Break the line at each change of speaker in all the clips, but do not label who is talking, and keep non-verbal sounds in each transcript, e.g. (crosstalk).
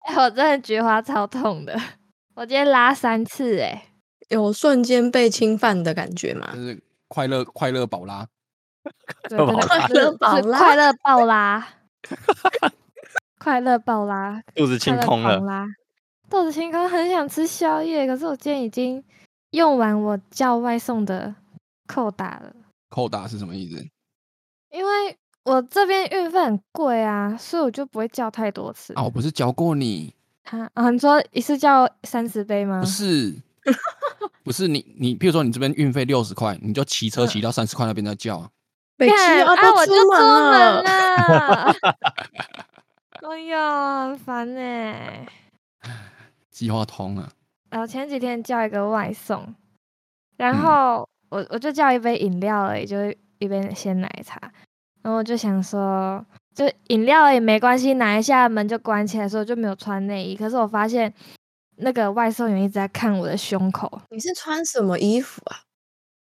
哎、我真的菊花超痛的，我今天拉三次哎、
有瞬间被侵犯的感觉吗
就？是快乐快乐宝拉，
对
快
真的
快
乐
乐宝
是
拉
快乐爆拉，快乐爆拉，
肚子
快
清
乐
空
狂
了，
拉。豆子清空，很想吃宵夜，可是我今天已经用完我叫外送的扣打了，
扣打是什么意思？
因为我这边运费很贵啊，所以我就不会叫太多次。
哦
啊，我不是教过你，
啊啊，你说一次叫三十杯吗
嗯
不？
(laughs)
是，不是你你，譬如说你这边运费六十块，你就骑
嗯
车骑到三十块那边再叫啊。
北七
干
要
啊，我就
都出门了，
了。
(laughs)
哎呀，很烦呢、
计划通啊了，
然后前几天叫一个外送，然
嗯
后我我就叫一杯饮料而已，就是一杯鲜奶茶。然后我就想说，就饮料也没关系，拿一下门就关起来，所以我就没有穿内衣。可是我发现那个外送员一直在看我的胸口，
你是穿什么衣服啊？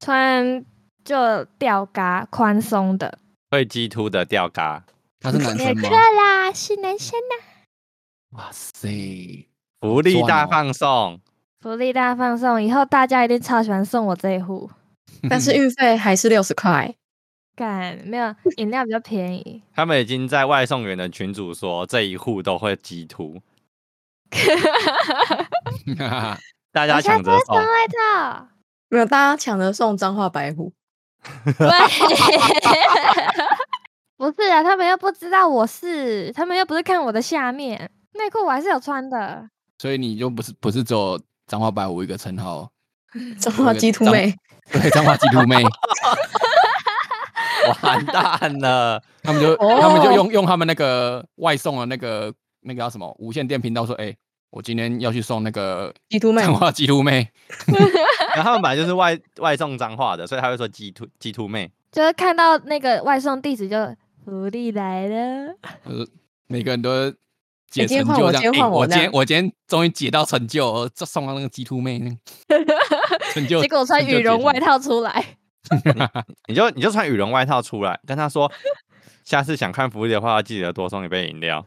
穿就吊嘎宽松的。
会激突的吊嘎，
他是男
也
生
克
吗？
啦，是男生呐、
哇塞，
福利
赚
大
哦
放送，
福利大放送，以后大家一定超喜欢送我这一壶。
但
(laughs)
是运费还是六十块，
干，没
(laughs)
有饮料比较便宜。
他们已经在外送员的群组说这一户都会激突，大
我
家
现在
抢
不
着
会送
送，
外套。
没有大家抢着送脏话白虎，
对， (laughs) 不是啊，他们又不知道我是，他们又不是看我的下面内裤，我还是有穿的。
(laughs) 所以你就不是不是只有脏话白五一个称号哦，
脏话鸡突
脏
妹，
对，脏话基督妹，
完蛋了，
他们就他们就
(laughs) 哦
用用他们那个外送的那个那个叫什么无线电频道说，哎、我今天要去送那个
鸡突妹，
脏话基督妹，
然后他们本来就是外外送脏话的，所以他会说激突激突妹，
就是看到那个外送地址就福利来了，
呃，每个人都
哎
解
今
成
天换
就
我
这
今
样，
天
哎
换
我
我
今
这
天
样
我今天终于解到成就了，这送到那个基督妹，
(laughs)
成就，
结果我穿
成就
羽绒
解
外
成
套出来，
你就你就穿羽绒外套出来，跟他说，下次想看福利的话，记得多送一杯饮料。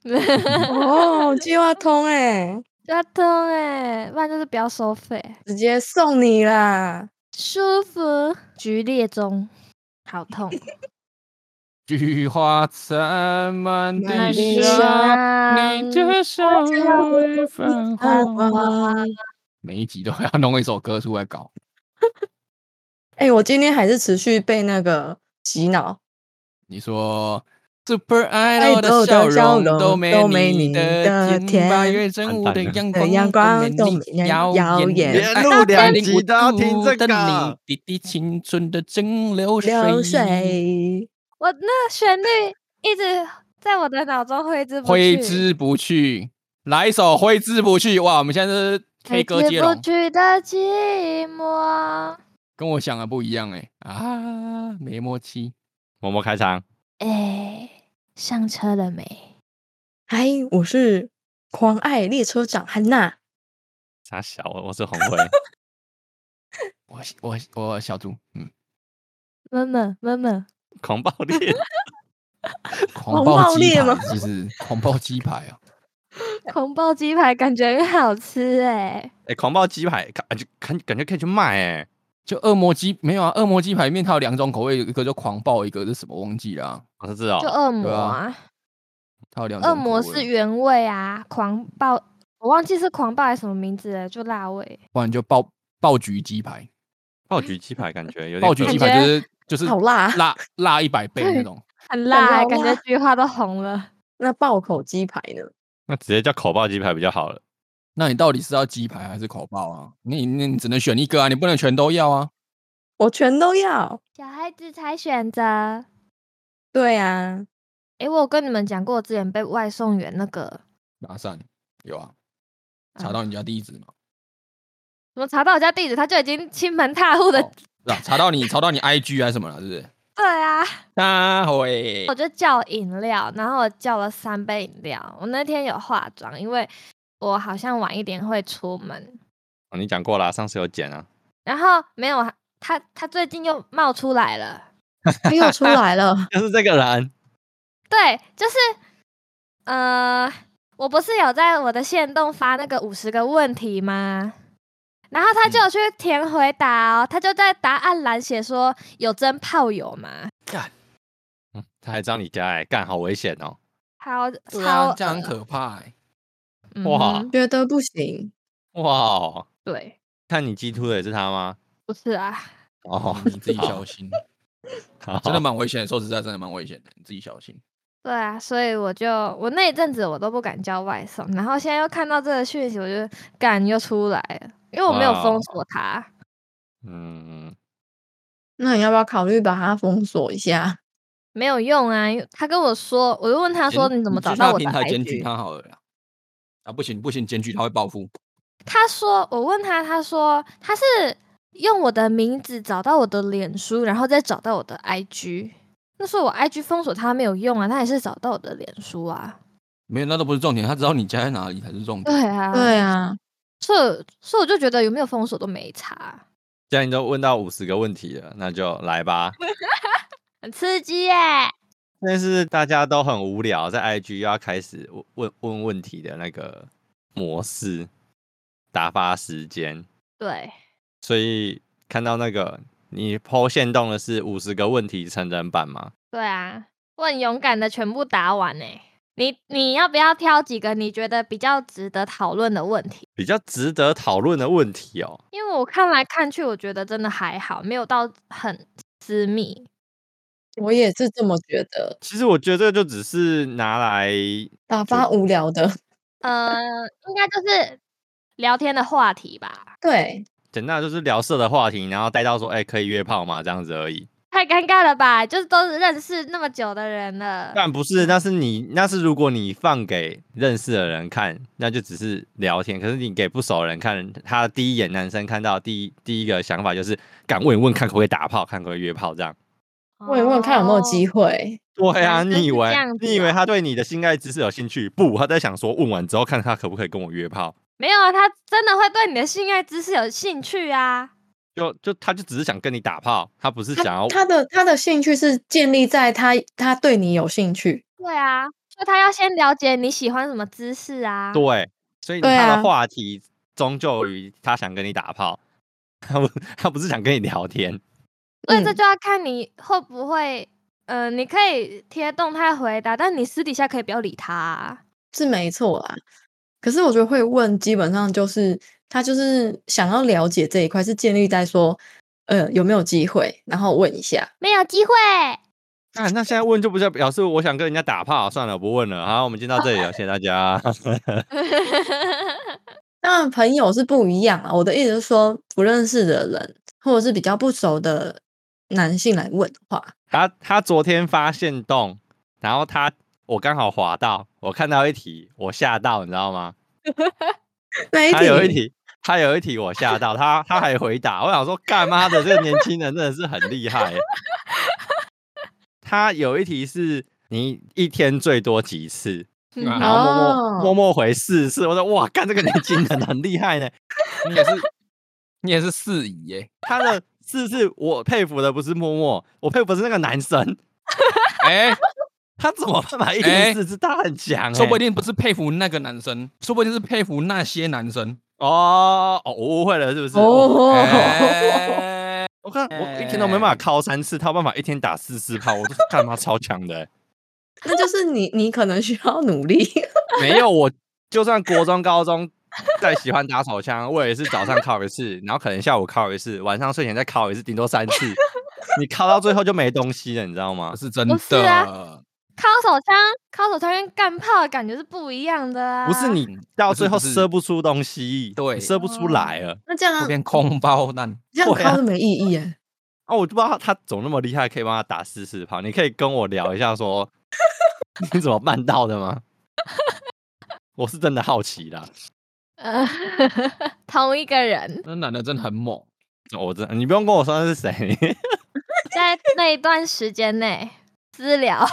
(laughs)
哦，计划通哎、
要痛哎、不然就是不要收费，
直接送你啦！
舒服，剧烈中，好痛，
菊花残满
满
地
地
伤，
(laughs)
你
香
的笑容微泛
啊
红。
哇
每一集都要弄一首歌出来搞，
哎、我今天还是持续被那个洗脑，
你说 Super Idol 的笑容都没你的甜，八月正午的阳光都没你耀眼。 (laughs) 你，滴滴青春的蒸馏水。
流水
我那个旋律一直在我的脑中挥之不去，
挥之不去，来一首挥之不去。哇，我们现在是 K 歌接
挥之
龙
不，去的寂寞。
跟我想的不一样哎、啊，没默契。
默默开场，
哎，上车了没？
嗨，我是狂爱列车长汉娜。
傻小，我是红辉，
我我我小猪，嗯，
闷闷闷闷，
狂暴烈，
狂
狂
暴
暴
鸡
烈
排
吗
是不是？狂暴鸡排啊，
狂暴鸡排感觉很好吃哎、
哎、狂暴鸡排感觉感感觉可以去卖哎、
就恶魔鸡没有啊？恶魔鸡排里面它有两种口味，一个就狂暴，一个是什么忘记了啊、
我是这哦
就，恶魔
对啊欸它有两种
恶
口味。
魔是原味啊，狂暴我忘记是狂暴还是什么名字了，就辣味。
不然就爆爆菊鸡排，
爆菊鸡排感觉有点
爆菊
恶
鸡
心
感
排
觉
就是就是
好辣
辣辣一百倍那种。
很辣、欸，
感
感
觉好
觉
辣
菊花都红了。
那爆口鸡排呢？
那直接叫口爆鸡排比较好了。
那你到底是要鸡排还是口爆啊？你你你只能选一个啊，你不能全都要啊。
我全都要。
小孩子才选择。
对啊，
哎、我有跟你们讲过，我之前被外送员那个
打散有啊，查
啊
到你家地址嘛？
怎么查到我家地址，他就已经亲门踏户的。
哦是啊，查到你 (laughs) 查到你 IG 还是什么了？是不是？
对啊，
大
哎
会
我就叫饮料，然后我叫了三杯饮料。我那天有化妆，因为我好像晚一点会出门。
哦、你讲过啦，上次有剪啊，。
然后没有啊他，他最近又冒出来了。
他 (laughs) 又出来了
就是这个人，
对，就是呃，我不是有在我的线动发那个五十个问题吗？然后他就有
嗯
去填回答哦，他就在答案栏写说有真炮友吗？
干，
嗯，他还让你加哎、干好危险哦！
好
对啊
超，
这样很可怕、欸。
嗯
哇
哼
觉得不行，
哇哦，
对，
看你 G 突的也是他吗？
不是啊，
哦，
你自己小心，
(laughs) 好
真的蛮危险的。说实在，真的蛮危险的，你自己小心。
对啊，所以我就我那一阵子我都不敢叫外送，然后现在又看到这个讯息，我就干又出来了，因为我没有
哇
哦
封锁他。
嗯，
那你要不要考虑把它封锁一下？
没有用啊！因为他跟我说，我就问他说：“
检
你怎么
去
找到
他
我的
平台检举
IG？”
他好了啦。啊，不行不行，检举他会报复。
他说：“我问他，他说他是用我的名字找到我的脸书，然后再找到我的 IG。那时候我 IG 封锁他没有用啊，他也是找到我的脸书啊。
没有，那都不是重点，他知道你家在哪里才是重点。
对啊，，
对啊，
所以所以我就觉得有没有封锁都没差，
既然你都问到五十个问题了，那就来 (laughs) 吧。
很刺激耶、
但是大家都很无聊，在 IG 又要开始问问问问题的那个模式打发时间，
对，
所以看到那个你抛线动的是五十个问题成人版吗？
对啊，我很勇敢的全部答完呢、你你要不要挑几个你觉得比较值得讨论的问题？
比较值得讨论的问题哦。
因为我看来看去，我觉得真的还好，没有到很私密。
我也是这么觉得，
其实我觉得这个就只是拿来
打发无聊的。
呃，应该就是聊天的话题吧，
对，
简单的就是聊色的话题，然后带到说，哎、可以约炮吗？这样子而已。
太尴尬了吧？就是都是认识那么久的人了，
啊
但不是，那是你，那是如果你放给认识的人看，那就只是聊天。可是你给不熟的人看，他第一眼男生看到第一第一个想法就是，敢问一问看可不可以打炮，看可不可以约炮这样。
问一问看有没有机
会。
会。
对啊，
男生
你以
是
为
这样子
你以为
哦
他对你的性爱知识有兴趣？不，他在想说，问完之后看他可不可以跟我约炮。
没有啊，他真的会对你的性爱知识有兴趣啊。
就就他就只是想跟你打炮，他不是想要
他他的他的兴趣是建立在他他对你有兴趣，
对啊，所以他要先了解你喜欢什么姿势啊。
对，所以
对
他的
啊
话题终究于他想跟你打炮，他不他不是想跟你聊天。
所以这
嗯
就要看你会不会，呃，你可以贴动态回答，但你私底下可以不要理他、啊。
是没错啦。可是我觉得会问，基本上就是他就是想要了解这一块，是建立在说，呃，有没有机会，然后问一下。
没有 (laughs) 机会，
那啊那现在问就不是表示我想跟人家打炮，算了，不问了。好，我们今天到这里了，谢谢大家。 (laughs)
嗯
当然，朋友是不一样啊。我的意思是说，不认识的人或者是比较不熟的男性来问的话，
他他昨天发现洞，然后他我刚好滑到，我看到一题，我吓到，你知道吗？
那一
他有一
题
题，他有一题我吓到，他他还回答，我想说干妈的这个年轻人真的是很厉害欸。 (laughs) 他有一题是你一天最多几次，
嗯
啊
然后默默、
哦
默默回四次，我说哇，干这个年轻人很厉害呢。
你也是，你也是四姨耶、
他的四次我佩服的不是默默，我佩服的是那个男生，
(laughs)
哎、
他怎么办法一
哎
天四次？他很强欸、
说不定不是佩服那个男生，说不定是佩服那些男生。
哦哦，我误会了是不是？我
哦，
(laughs)
哎
我看我一天都没办法敲三次，他有办法一天打四次炮，我都是干嘛超强的欸、
(laughs) 那就是你你可能需要努力。
没有，我就算国中、高中再喜欢打手枪，我也是早上敲一次，然后可能下午敲一次，晚上睡前再敲一次，顶多三次。你敲到最后就没东西了，你知道吗？
是真
不是
的
啊，敲手枪，敲手枪跟干炮的感觉是不一样的啊。
不是你到
不是
最后
不是
射不出东西，
对
你射不出来了。
那这样
会
啊
嗯
变空包弹。
这样
对啊
靠是没意义哎。
啊，我就不知道他怎么那么厉害，可以帮他打四四炮。你可以跟我聊一下说
(laughs)
你怎么办到的吗？我是真的好奇啦，
呃 (laughs) 同一个人，
那男的真的很猛，
哦我真你不用跟我说那是
(laughs)
谁，
在那一段时间内私聊，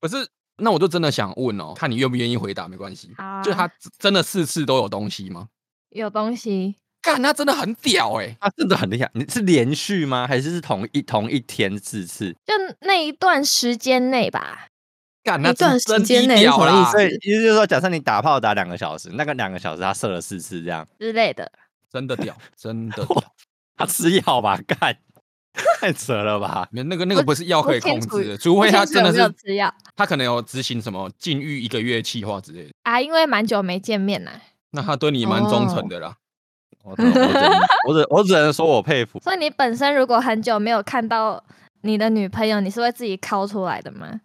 可是那我就真的想问哦，看你愿不愿意回答，没关系。
好啊
(laughs) 就他真的四次都有东西吗？
有东西，
干，他真的很屌哎、
他真的很厉害。你是连续吗？还是是同一同一天四次？
就那一段时间内吧。
干那
一段
真真
时间
低
内
调
什么
啦
意思
所以意思就是说，假设你打炮打两个小时，那个两个小时他射了四次，
(laughs)
这样
之类的。
真的屌，真的屌。
他吃药吧？干，太扯了吧？
没有那个那个不是药可以
不清
控
楚
制的，除非
不清
他
楚
真的
有没有
是
吃药
他可能有执行什么禁欲一个月计划之类的，
啊，因为蛮久没见面啦，
那他对你蛮忠诚的啦。
我只我只能我只我只能说我佩服。
所以你本身如果很久没有看到你的女朋友，你是会自己抠出来的吗？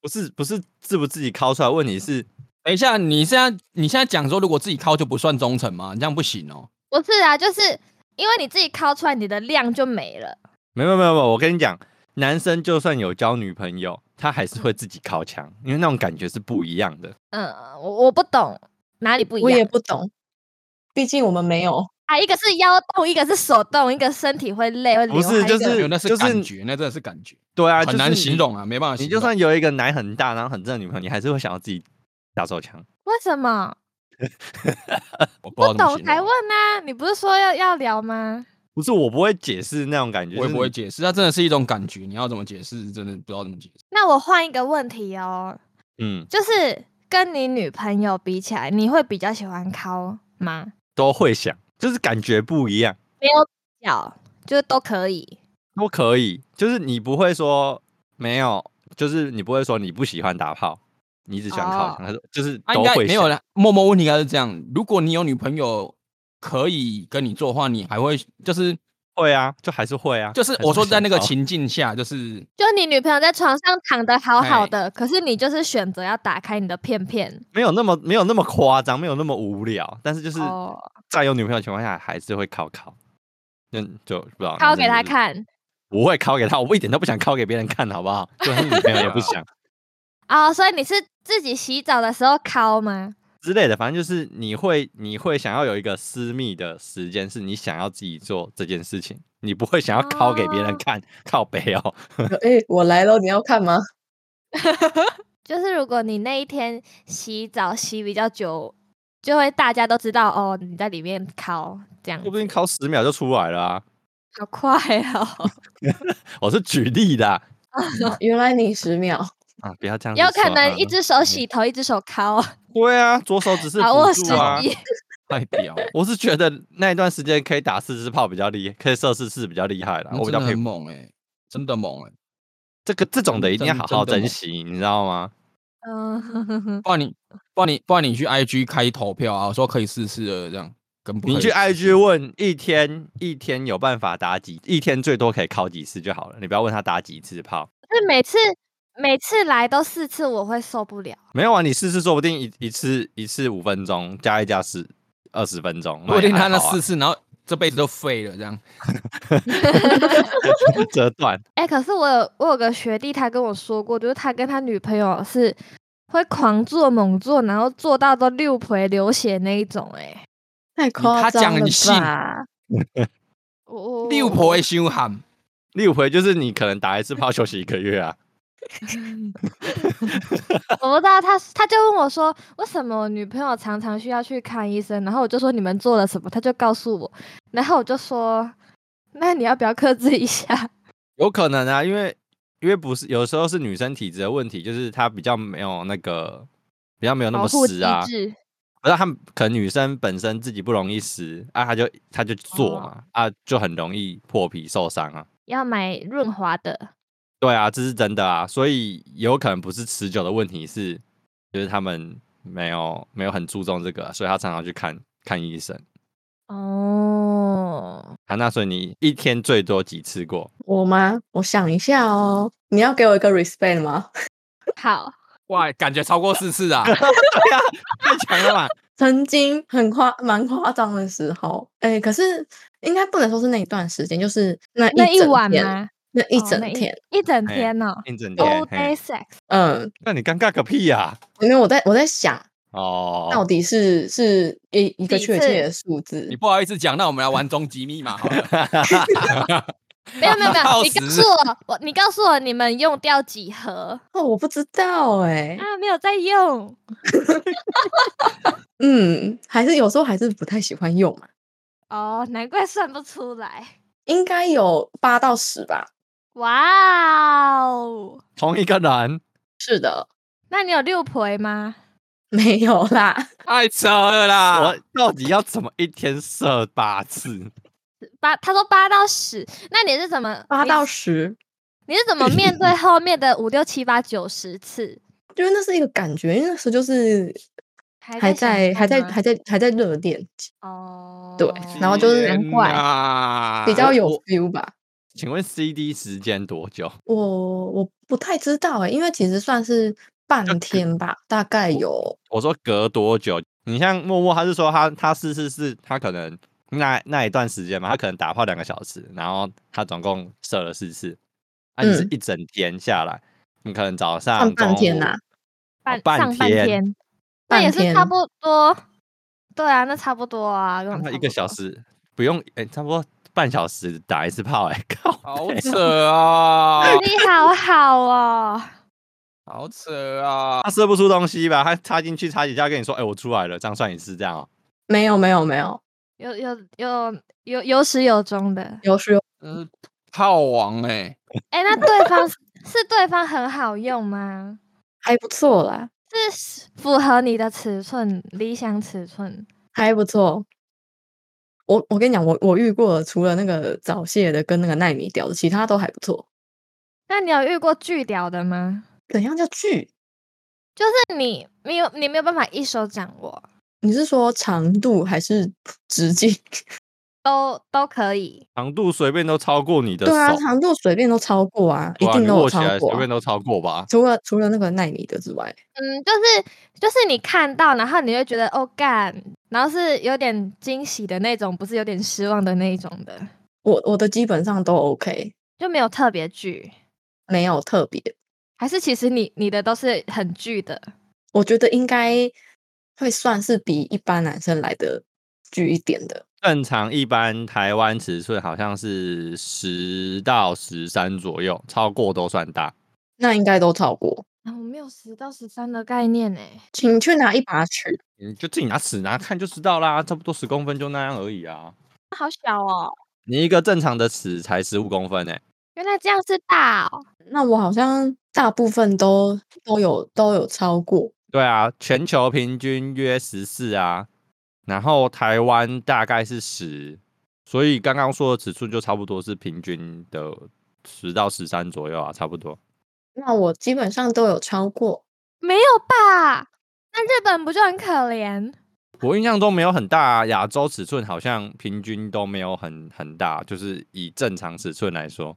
不是不是自不自己抠出来，问题是
等一下，你现在你现在讲说，如果自己靠就不算忠诚吗？你这样不行哦。
不是啊，就是因为你自己抠出来，你的量就没了。
没有没有没有，我跟你讲，男生就算有交女朋友，他还是会自己靠墙，因为那种感觉是不一样的。
嗯，我我不懂哪里不一
我也
样
不懂，毕竟我们没有。
啊，一个是腰动，一个是手动，一个身体会累会流
不是
汗，一个
就是
没有，那是
就是
感觉，那真的是感觉，
对啊，
很
就是
难
你
形。容啊，没办法形
你
容。
就算有一个奶很大，然后很正的女朋友，你还是会想要自己打手枪。
为什么
我不知
不
道怎么
懂
形
才
容
问，啊？你不是说要要聊吗？
不是我不会解释那种感觉，
我啊也
就是
不会解释，它真的是一种感觉，你要怎么解释，真的不知道怎么解释。
那我换一个问题哦，
嗯，
就是跟你女朋友比起来，你会比较喜欢敲吗？
都会想，就是感觉不一样，
没有比较，就是都可以。
都可以。就是你不会说没有，就是你不会说你不喜欢打炮，你只喜欢
哦
靠墙，他说就是
啊，应
都
该
会
没有
想。
啦。默默问题应该是这样：如果你有女朋友可以跟你做的话，你还会就是
会啊，就还是
(laughs)
会啊，
就是
还
我说
会
在那个
想靠
情境下， (laughs) 就是
就你女朋友在床上躺的好好的，可是你就是选择要打开你的片片，
没有那么没有那么夸张，没有那么无聊，但是就是
哦
在有女朋友的情况下，还是会考考。嗯，就不知道
敲给她，
男生就是
看
不会考给他，我一点都不想考给别人看，好不好？ (laughs) 就他女朋友也不
(laughs)
想
哦。所以你是自己洗澡的时候敲吗？
之类的，反正就是你会你会想要有一个私密的时间，是你想要自己做这件事情，你不会想要考给别人
哦
看，靠北哦。 (laughs)
哎、我来了，你要看吗？ (laughs)
就是如果你那一天洗澡洗比较久，就会大家都知道哦，你在里面敲这样
说，不定考十秒就出来了啊！
好快哦！
我是举例的啊，
原来你十秒，
啊不要这样子
有
说。
可能
啊
一只手洗头，一只手敲，
对啊，左手只是
把握
辅
时
助啊。
机。 (laughs)
太屌了，
(laughs) 我是觉得那一段时间可以打四支炮比较厉，可以射四次比较厉害啦。
那
我比
真
较
的
佩
很
服
猛哎，真的猛哎，
这个这种的，一定要
真
好好
真的
珍
猛
惜，你知道吗？
嗯， (laughs)
不然你不然你不然你去 IG 开投票啊，说可以试试的这样，跟不
你
可以
去
试
IG 问一天一天有办法打几，一天最多可以靠几次就好了。你不要问他打几次炮，
是每次每次来都四次，我会受不了。
没有啊，你试试，说不定一一次一次五分钟，加一加十二十分钟，
说不定
也
他
还
那
好啊
四次，然后这辈子都废了这样。
(laughs) 折断，
哎、可是我有我有个学弟，他跟我说过，就是他跟他女朋友是会狂做猛做，然后做到都六陪流血那一种、哎，
太夸
他
张
讲
了
你信
吧？
我我
六婆的修喊，
六回就是你可能打一次炮休息一个月啊。
我不知道他，他就问我说，为什么我女朋友常常需要去看医生？然后我就说你们做了什么，他就告诉我，然后我就说，那你要不要克制一下？
有可能啊，因为因为不是有时候是女生体质的问题，就是她比较没有那个比较没有那
保
么
护
实
机
啊，
制，
不是她们可能女生本身自己不容易实啊，她就她就做
哦
嘛、啊，就很容易破皮受伤啊。
要买润滑的。
对啊，这是真的啊，所以有可能不是持久的问题是，就是他们没有没有很注重这个啊，所以她常常去看看医生
哦，
啊。那所以你一天最多几次过？ (laughs)
我吗？我想一下哦，你要给我一个 respect 吗？
好，
哇，感觉超过四次 (laughs) 啊！
太强了吧！
曾经很夸蛮夸张的时候，哎、可是应该不能说是那一段时间，就是那
那一
整
晚
天
吗？
那一
哦
整
那
天，
一整
嘿
天哦
一整天
，all
嘿
day sex。
嗯，
那你尴尬个屁呀、
因为我在我在想，
哦，
到底是是一一个
几
确
次
切的数字
你，不好意思讲，那我们来玩终极密码好 (laughs) 了。
(laughs) 没有没有没有，
耗
你
时
告诉我，我你告诉我你们用掉几盒
哦，我不知道哎、
啊？没有在用，
嗯，还是有时候还是不太喜欢用嘛，
哦，难怪算不出来。
应该有八到十吧。
哇哦，
同一个人。
是的， (laughs)
那你有六陪吗？
没有啦，
太扯了啦！
我到底要怎么一天射八次？
八，他说八到十，那你是怎么
八到十？
你是怎么面对后面的五六七八九十次？
就是那是一个感觉，因为那时候就是还在还在还在还在热恋
哦，
对，然后就是
难怪
啊，
比较有 feel 吧。
请问 CD 时间多久？
我我不太知道哎、欸，因为其实算是半天吧，大概有。
我说隔多久？你像默默，他是说他他是是是，他可能那那一段时间嘛，他可能打炮两个小时，然后他总共射了四次，啊，你是一整天下来，嗯、你可能早上
嗯半天呐、
啊，
半、
哦、半
天，那也是差不多。对啊，那差不多啊，
那一个小时不用哎、欸，差不多。半小时打一次炮、欸，哎，靠，
好扯啊！
哦
(laughs) 你好好哦，
好扯啊！
他射不出东西吧？他插进去插几下，跟你说，哎、欸，我出来了，这样算一次，这样哦、喔？
没有，没有，没有，
有有有有有始有终的，
有始有
嗯，炮王哎、欸、
哎，那对方是对方很好用吗？
还不错啦，
是符合你的尺寸，理想尺寸，
还不错。我我跟你讲，我我遇过除了那个早泄的跟那个奈米屌的，其他都还不错。
那你有遇过巨屌的吗？
怎样叫巨？
就是你没有你没有办法一手掌握。
你是说长度还是直径？ (laughs)
都都可以。
长度随便都超过你的。
对啊，长度随便都超过啊，一定都有超过、
啊，随便都超过吧。
除了除了那个奈米的之外，
嗯，就是就是你看到，然后你会觉得哦干。然后是有点惊喜的那种，不是有点失望的那一种的。
我我的基本上都 OK，
就没有特别剧，
没有特别，
还是其实你你的都是很剧的。
我觉得应该会算是比一般男生来的剧一点的。
正常一般台湾尺寸好像是十到十三左右，超过都算大。
那应该都超过。
啊、我没有十到十三的概念呢，
请去拿一把尺，
你就自己拿尺拿看就知道啦，差不多十公分就那样而已啊，
好小哦，
你一个正常的尺才十五公分欸呢，
原来这样是大哦，
那我好像大部分都都有都有超过，
对啊，全球平均约十四啊，然后台湾大概是十，所以刚刚说的尺寸就差不多是平均的十到十三左右啊，差不多。
那我基本上都有超 (laughs) 过，
没有吧？那日本不就很可怜？
我印象中没有很大、啊，亚洲尺寸好像平均都没有很很大，就是以正常尺寸来说。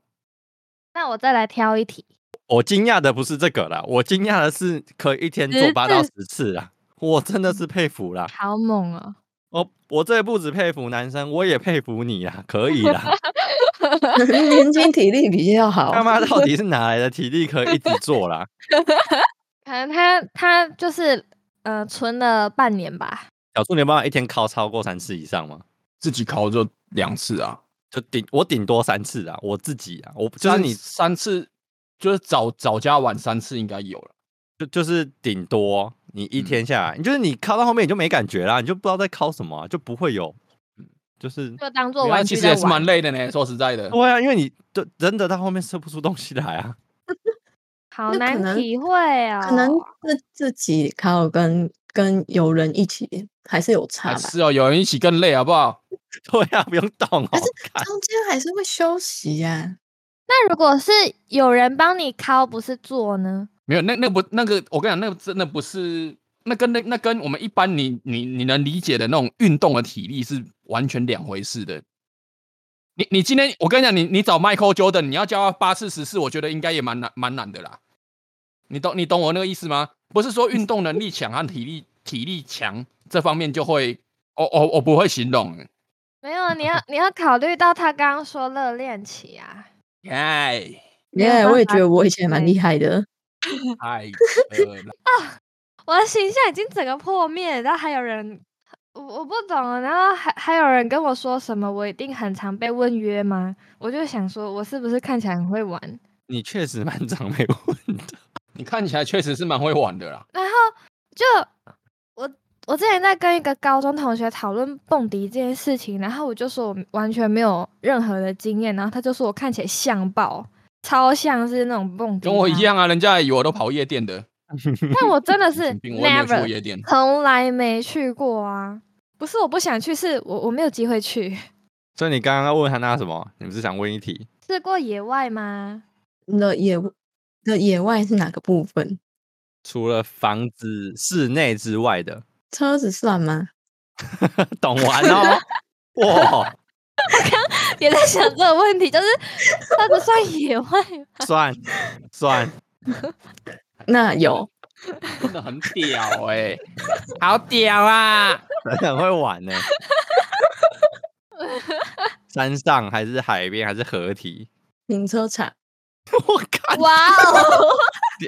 那我再来挑一题。
我惊讶的不是这个啦，我惊讶的是可以一天做八到十次啦，我真的是佩服啦，
好猛哦、
喔！我我这不止佩服男生，我也佩服你啦，可以 (laughs) 啦。
年轻体力比较好，
他妈到底是哪来的体力可以一直做 (laughs) 啦？
可能他他就是呃存了半年吧。
小猪，你有办法一天考超过三次以上吗？
自己考就两次啊，
就顶我顶多三次啊，我自己啊，我就是你
三次，就是早早加晚三次应该有了，
就就是顶多你一天下来，嗯、你就是你考到后面你就没感觉啦，你就不知道在考什么、啊，就不会有。嗯就是
就当做玩
具，啊其实也是蛮累的呢。说实在
(laughs)
的，
对啊，因为你就真的到后面射不出东西来啊， (laughs)
好难体会啊、
哦。可能自自己靠跟跟有人一起还是有差吧。
是哦，有人一起更累，好不好？
对啊，不用动、哦。
但是中间还是会休息呀、啊。
那如果是有人帮你敲，不是做呢？
没有，那那不那个，我跟你讲，那个真的不是。那跟那那跟我们一般你你你能理解的那种运动的体力是完全两回事的。你你今天我跟你讲，你你找 Michael Jordan，你要教他八次十次，我觉得应该也蛮难蛮难的啦。你懂你懂我那个意思吗？不是说运动能力强和体力体力强这方面就会，我我我不会形容。
没有，啊你要你要考虑到他刚刚说热恋期啊。
耶
耶，我也觉得我以前蛮厉害的。
太
我的形象已经整个破灭，然后还有人，我我不懂了，然后还还有人跟我说什么，我一定很常被问约吗？我就想说，我是不是看起来很会玩？
你确实蛮常被问的，
(laughs) 你看起来确实是蛮会玩的啦。
然后就我我之前在跟一个高中同学讨论蹦迪这件事情，然后我就说我完全没有任何的经验，然后他就说我看起来像爆，超像是那种蹦迪，
跟我一样啊，人家以为我都跑夜店的。
但我真的是
(laughs) 神经病我也没有去过
never
夜店，
从来没去过啊。不是我不想去，是我我没有机会去。
所以你刚刚问他那什么？你不是想问一题？
试过野外吗？
的野的野外是哪个部分？
除了房子室内之外的， (laughs)
车子算吗？
懂完哦。 (laughs) 哇，
也在想这个问题，就是它不算野
(laughs)
外吗
算算，
那有，
(laughs) 真的很屌哎、 (laughs) 好屌 (laughs) 啊！
真的很会玩呢、山上还是海边还是合体？
停车场
(laughs) 我靠！
哇
(laughs)
哦，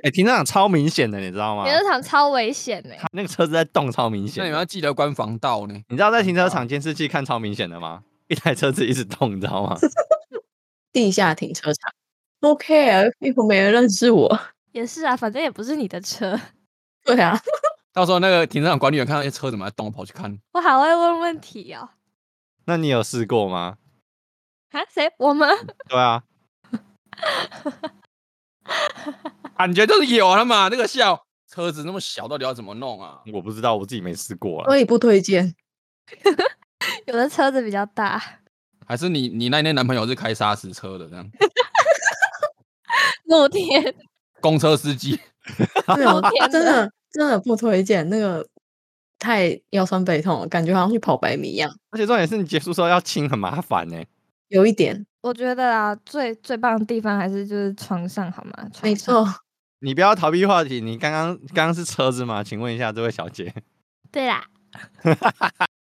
哎、停车场超明显的，你知道吗？
游乐场超危险呢、
那个车子在动，超明显
那
的。
你们要记啊得关防盗呢。
你知道在停车场监视器看超明显的吗？一台车子一直动，你知道吗？
地下停车场。不 care，又没人认识我。 (laughs)
也是啊，反正也不是你的车。
对啊，
到时候那个停车场管理员看到哎车怎么在动，跑去看。
我好会问问题哦。
那你有试过吗？
啊，谁？我们？
对啊，
感啊觉就是有了嘛，那个笑车子那么小，到底要怎么弄啊？
我不知道，我自己没试过啊
所。以不推荐。
有的车子比较大，
还是你你那天男朋友是开砂石车的这样？
露天。
公车司 (laughs) 机
对啊
天，
真
哪
的真的不推荐，那个太腰酸背痛了，感觉好像去跑百米一样，
而且重点是你结束之后要清，很麻烦呢、
有一点。
我觉得啊，最最棒的地方还是就是床上，好吗？床
没
上。
错，
你不要逃避话题，你刚刚刚刚是车子吗？请问一下这位小姐， (laughs)
对啦，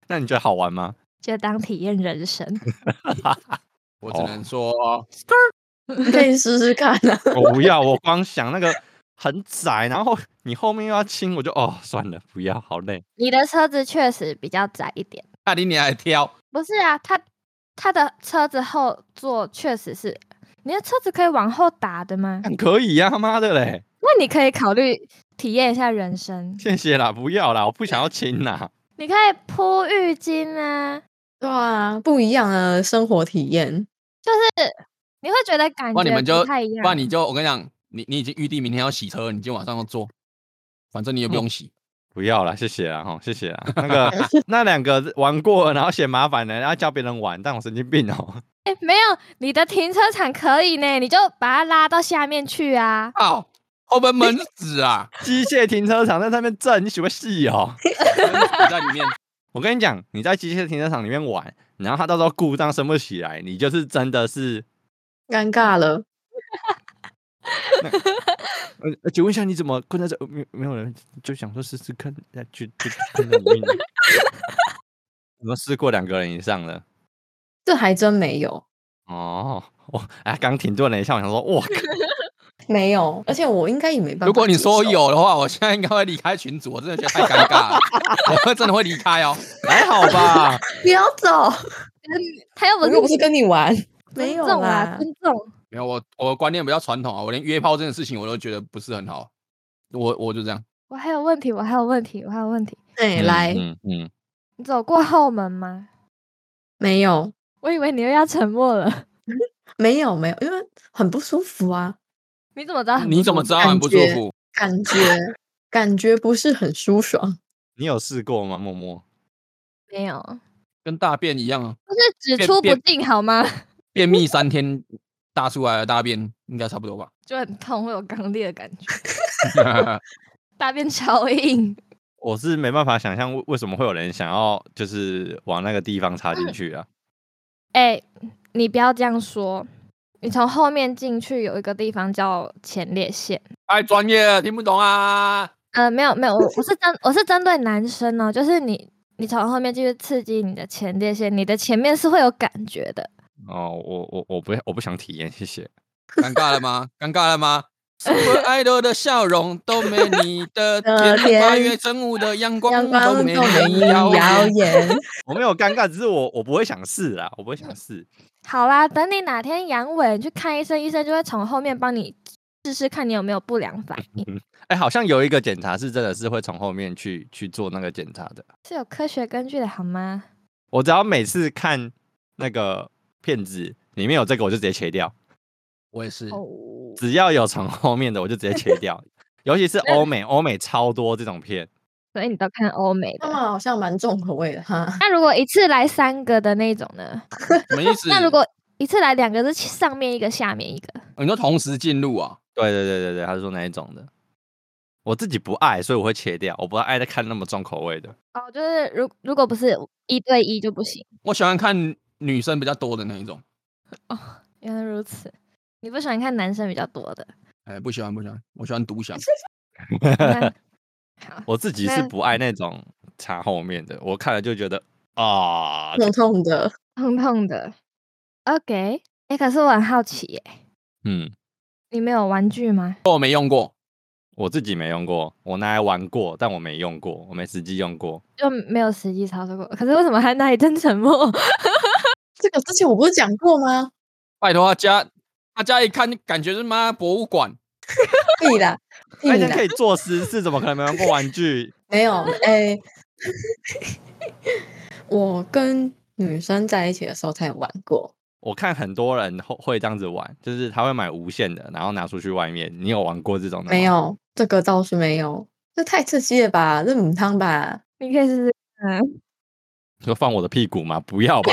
那你觉得好
(laughs)
玩吗？
就当体验人
(laughs)
生。
我只
哦
能说，
你可以试试看啊。
我不要，我光想那个很窄，然后你后面又要清，我就哦算了，不要，好累。 (laughs)
你的车子确实比较窄一点。
大林你还挑，
不是啊，他他的车子后座确实是，你的车子可以往后打的吗？
但可以呀、他妈的嘞，
那你可以考虑体验一下人生。
谢谢啦，不要啦，我不想要清啦。
你可以铺浴巾啊，
对啊，不一样的生活体验。
你会觉得感
不然你们
觉
就
不太一样。
不然你就我跟你讲，你你已经预定明天要洗车，你今天晚上要做，反正你也不用洗。
不要啦，谢谢啦，哈，谢谢啦。那个那两个玩过，然后嫌麻烦的，然后教别人玩，但我神经病哦、
哎、没有，你的停车场可以呢，你就把它拉到下面去啊。
好，后门门死啊，
机械停车场在上面震，你喜欢戏哦？
门死在里面。
我跟你讲，你在机械停车场里面玩，然后它到时候故障升不起来，你就是真的是，
尴尬了，
呃，呃请问一下你怎么困在这？呃没有没有人就想说试试看，呃就就就困在里面。 (laughs) 有没有试过两个人以上的？
这还真没有，
哦，我哎刚停顿了一下，我想说，哇，
没有，而且我应该也没办法。
如果你说，有的话，我现在应该会离开群组，我真的觉得太尴
(laughs)
尬了，我会真的会离开哦。
还好吧？
不要走，
他又不
我
是
又不是跟你玩，
尊
没有
重
啦
啊，，尊重。
没有我我的观念比较传统啊，我连约炮这件事情我都觉得不是很好，我我就这样。
我还有问题，我还有问题，我还有问题。
哎、 (laughs) 来，
嗯嗯，
你走过后门吗？
没有，
我以为你又要沉默了。 (laughs)
没有，没有，因为很不舒服啊，
你怎么知道很不
你怎
舒
么
服
知道很不舒
感觉
服？
感觉感觉不是很舒爽。
你有试过吗，默默？
没有？
跟大便一样啊，
不是只
变
出不
嗯变
进好吗？ (laughs)
便秘三天大出来的大便应该差不多吧？
就很痛，会有刚裂的感觉，大便超硬。
我是没办法想象为为什么会有人想要就是往那个地方插进去啊。
哎、你不要这样说。你从后面进去有一个地方叫前列腺，
(laughs) 太专业了，听不懂啊！
呃，没有没有，我我是针我是针对男生哦，就是你你从后面就是刺激你的前列腺，你的前面是会有感觉的。
哦，我我我不我不想体验，谢谢。
尴尬了吗？尴尬
(laughs)
了吗？我爱豆的笑容都没你的
的
甜，八
甜
月正午的阳
阳
光
光
都
都
没
没
你
你
耀
耀
眼。
眼，
我没有尴尬，只是我我不会想试啦，我不会想试。
好啦，等你哪天阳痿，你去看医生，医生就会从后面帮你试试看你有没有不良反应，
哎、好像有一个检查是真的是会从后面去去做那个检查的。
是有科学根据的好吗？
我只要每次看那个片子里面有这个，我就直接切掉。
我也是，
哦，
只要有从后面的，我就直接切掉。尤其是欧美，欧美超多这种片。
所以你都看欧美
他
的
们。好像蛮重口味的哈。
那如果一次来三个的那种呢？
什么意思？
那如果一次来两个是上面一个下面一个，
你说同时进入啊？
对对对对对，他是说哪一种的？我自己不爱，所以我会切掉。我不爱再看那么重口味的。
哦，就是如如果不是一对一就不行。
我喜欢看女生比较多的那一种。
原来如此，你不喜欢看男生比较多 (laughs) 的。
哎，不喜欢不喜欢，我喜欢独享。
那好，
(laughs) 我自己是
那
不爱那种插后面的，我看了就觉得啊，
痛痛的，
痛痛的。OK，哎、诶可是我很好奇耶，
嗯，
你们有玩具吗？
我没用过，
我自己没用过，我拿来玩过，但我没用过，我没实际用过。
就没有实际操作过。可是为什么他那一阵沉默？ (laughs)
这个之前我不是讲过吗？
拜托他家，他家一看感觉是妈博物馆。
屁啦，屁
哎那天可
啦，
以做实事，怎么可能没玩过玩具？
没有哎。 (laughs) 我跟女生在一起的时候才有玩过，
我看很多人会会这样子玩，就是他会买无线的，然后拿出去外面。你有玩过这种的吗？
没。有这个倒是没有，这太刺激了吧？这母汤吧？
你可以试试看。
就放我的屁股吗？不要吧。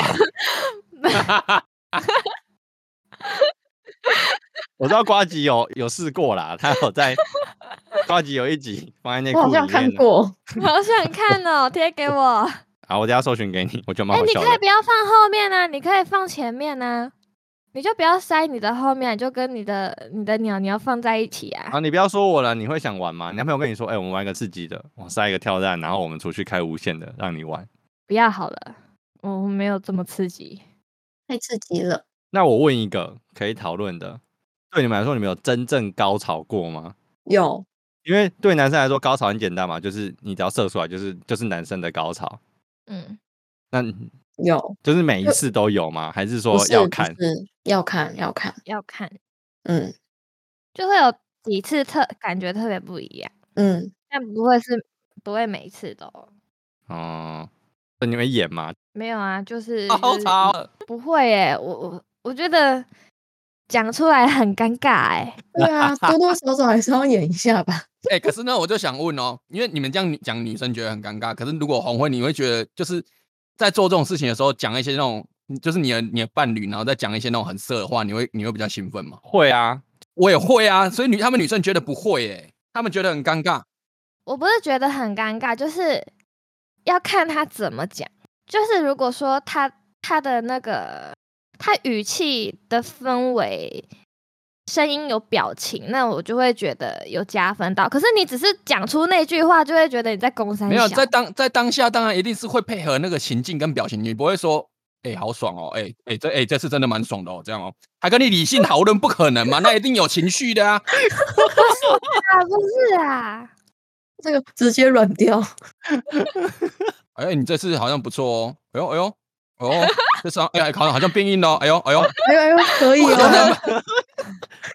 (laughs) 我知道瓜吉有有试过啦，他有在瓜吉有一集放在内
我
裤
好
里
像
面了。
看过，
(laughs) 我好想看哦，贴给我。
好，我等一下搜寻给你，我觉得蛮
哎、
好
你
笑
可以
的。
不要放后面啊，你可以放前面啊。你就不要塞你的后面，你就跟你的你的鸟鸟放在一起啊。
啊，你不要说我了，你会想玩吗？你男朋友跟你说，哎、我们玩一个刺激的，我塞一个跳蛋，然后我们出去开无限的，让你玩。
不要好了，我没有这么刺激。
太刺激了。
那我问一个可以讨论的，对你们来说，你们有真正高潮过吗？
有，
因为对男生来说，高潮很简单嘛，就是你只要射出来，就是就是男生的高潮。
嗯，
那
有，
就是每一
就
次都有吗？还是
呃不
说
是
要
不
看？
是要看要看，
要看，
嗯
就会有几次特感觉特别不一样，
(laughs)
嗯，
但不会是不会每一次都
哦、那你们演吗？
没有啊，
(laughs)
就是
好
就是
吵啊，
不会耶、我我我觉得讲出来很尴尬哎、
对啊，多多少少还是要演一下吧。
哎、可是呢，我就想问哦，因为你们这样讲女生觉得很尴尬，可是如果红会，你会觉得就是在做这种事情的时候，讲一些那种就是你的你的伴侣，然后再讲一些那种很色的话，你会你会比较兴奋吗？
会啊，
我也会啊，所以女他们女生觉得不会、欸，哎，他们觉得很尴尬。
我不是觉得很尴尬，就是要看他怎么讲。就是如果说他他的那个他语气的氛围、声音有表情，那我就会觉得有加分到。可是你只是讲出那句话，就会觉得你在攻三
没有
小
在当在当下，当然一定是会配合那个情境跟表情，你不会说，哎、好爽哦，哎、哎、这哎、这次真的蛮爽的哦，这样哦，还跟你理性讨论，不可能嘛，那一定有情绪的啊。
啊，不是啊？
这个直接软掉，
哎、你这次好像不错哦，哎呦哎呦哎呦， (laughs) 这伤哎、好像好像变硬了，哎呦 (laughs) 哎呦，
哎呦哎呦， (laughs) 可以哦，
(laughs)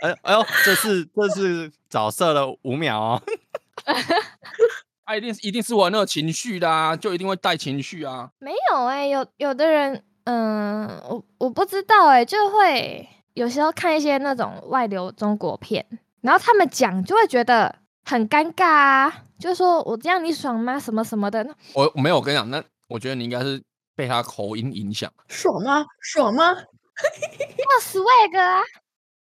哎哎呦，这是这是早射了五秒哦。 (laughs)
啊、一定一定是我那个情绪的啊，就一定会带情绪啊。
没有哎、有有的人，嗯、我我不知道哎、就会有时候看一些那种外流中国片，然后他们讲就会觉得很尴尬啊，就是说我这样你爽吗？什么什么的，那
我我没有我跟你讲，那我觉得你应该是被他口音影响，
爽吗？爽吗？
要 swag 啊，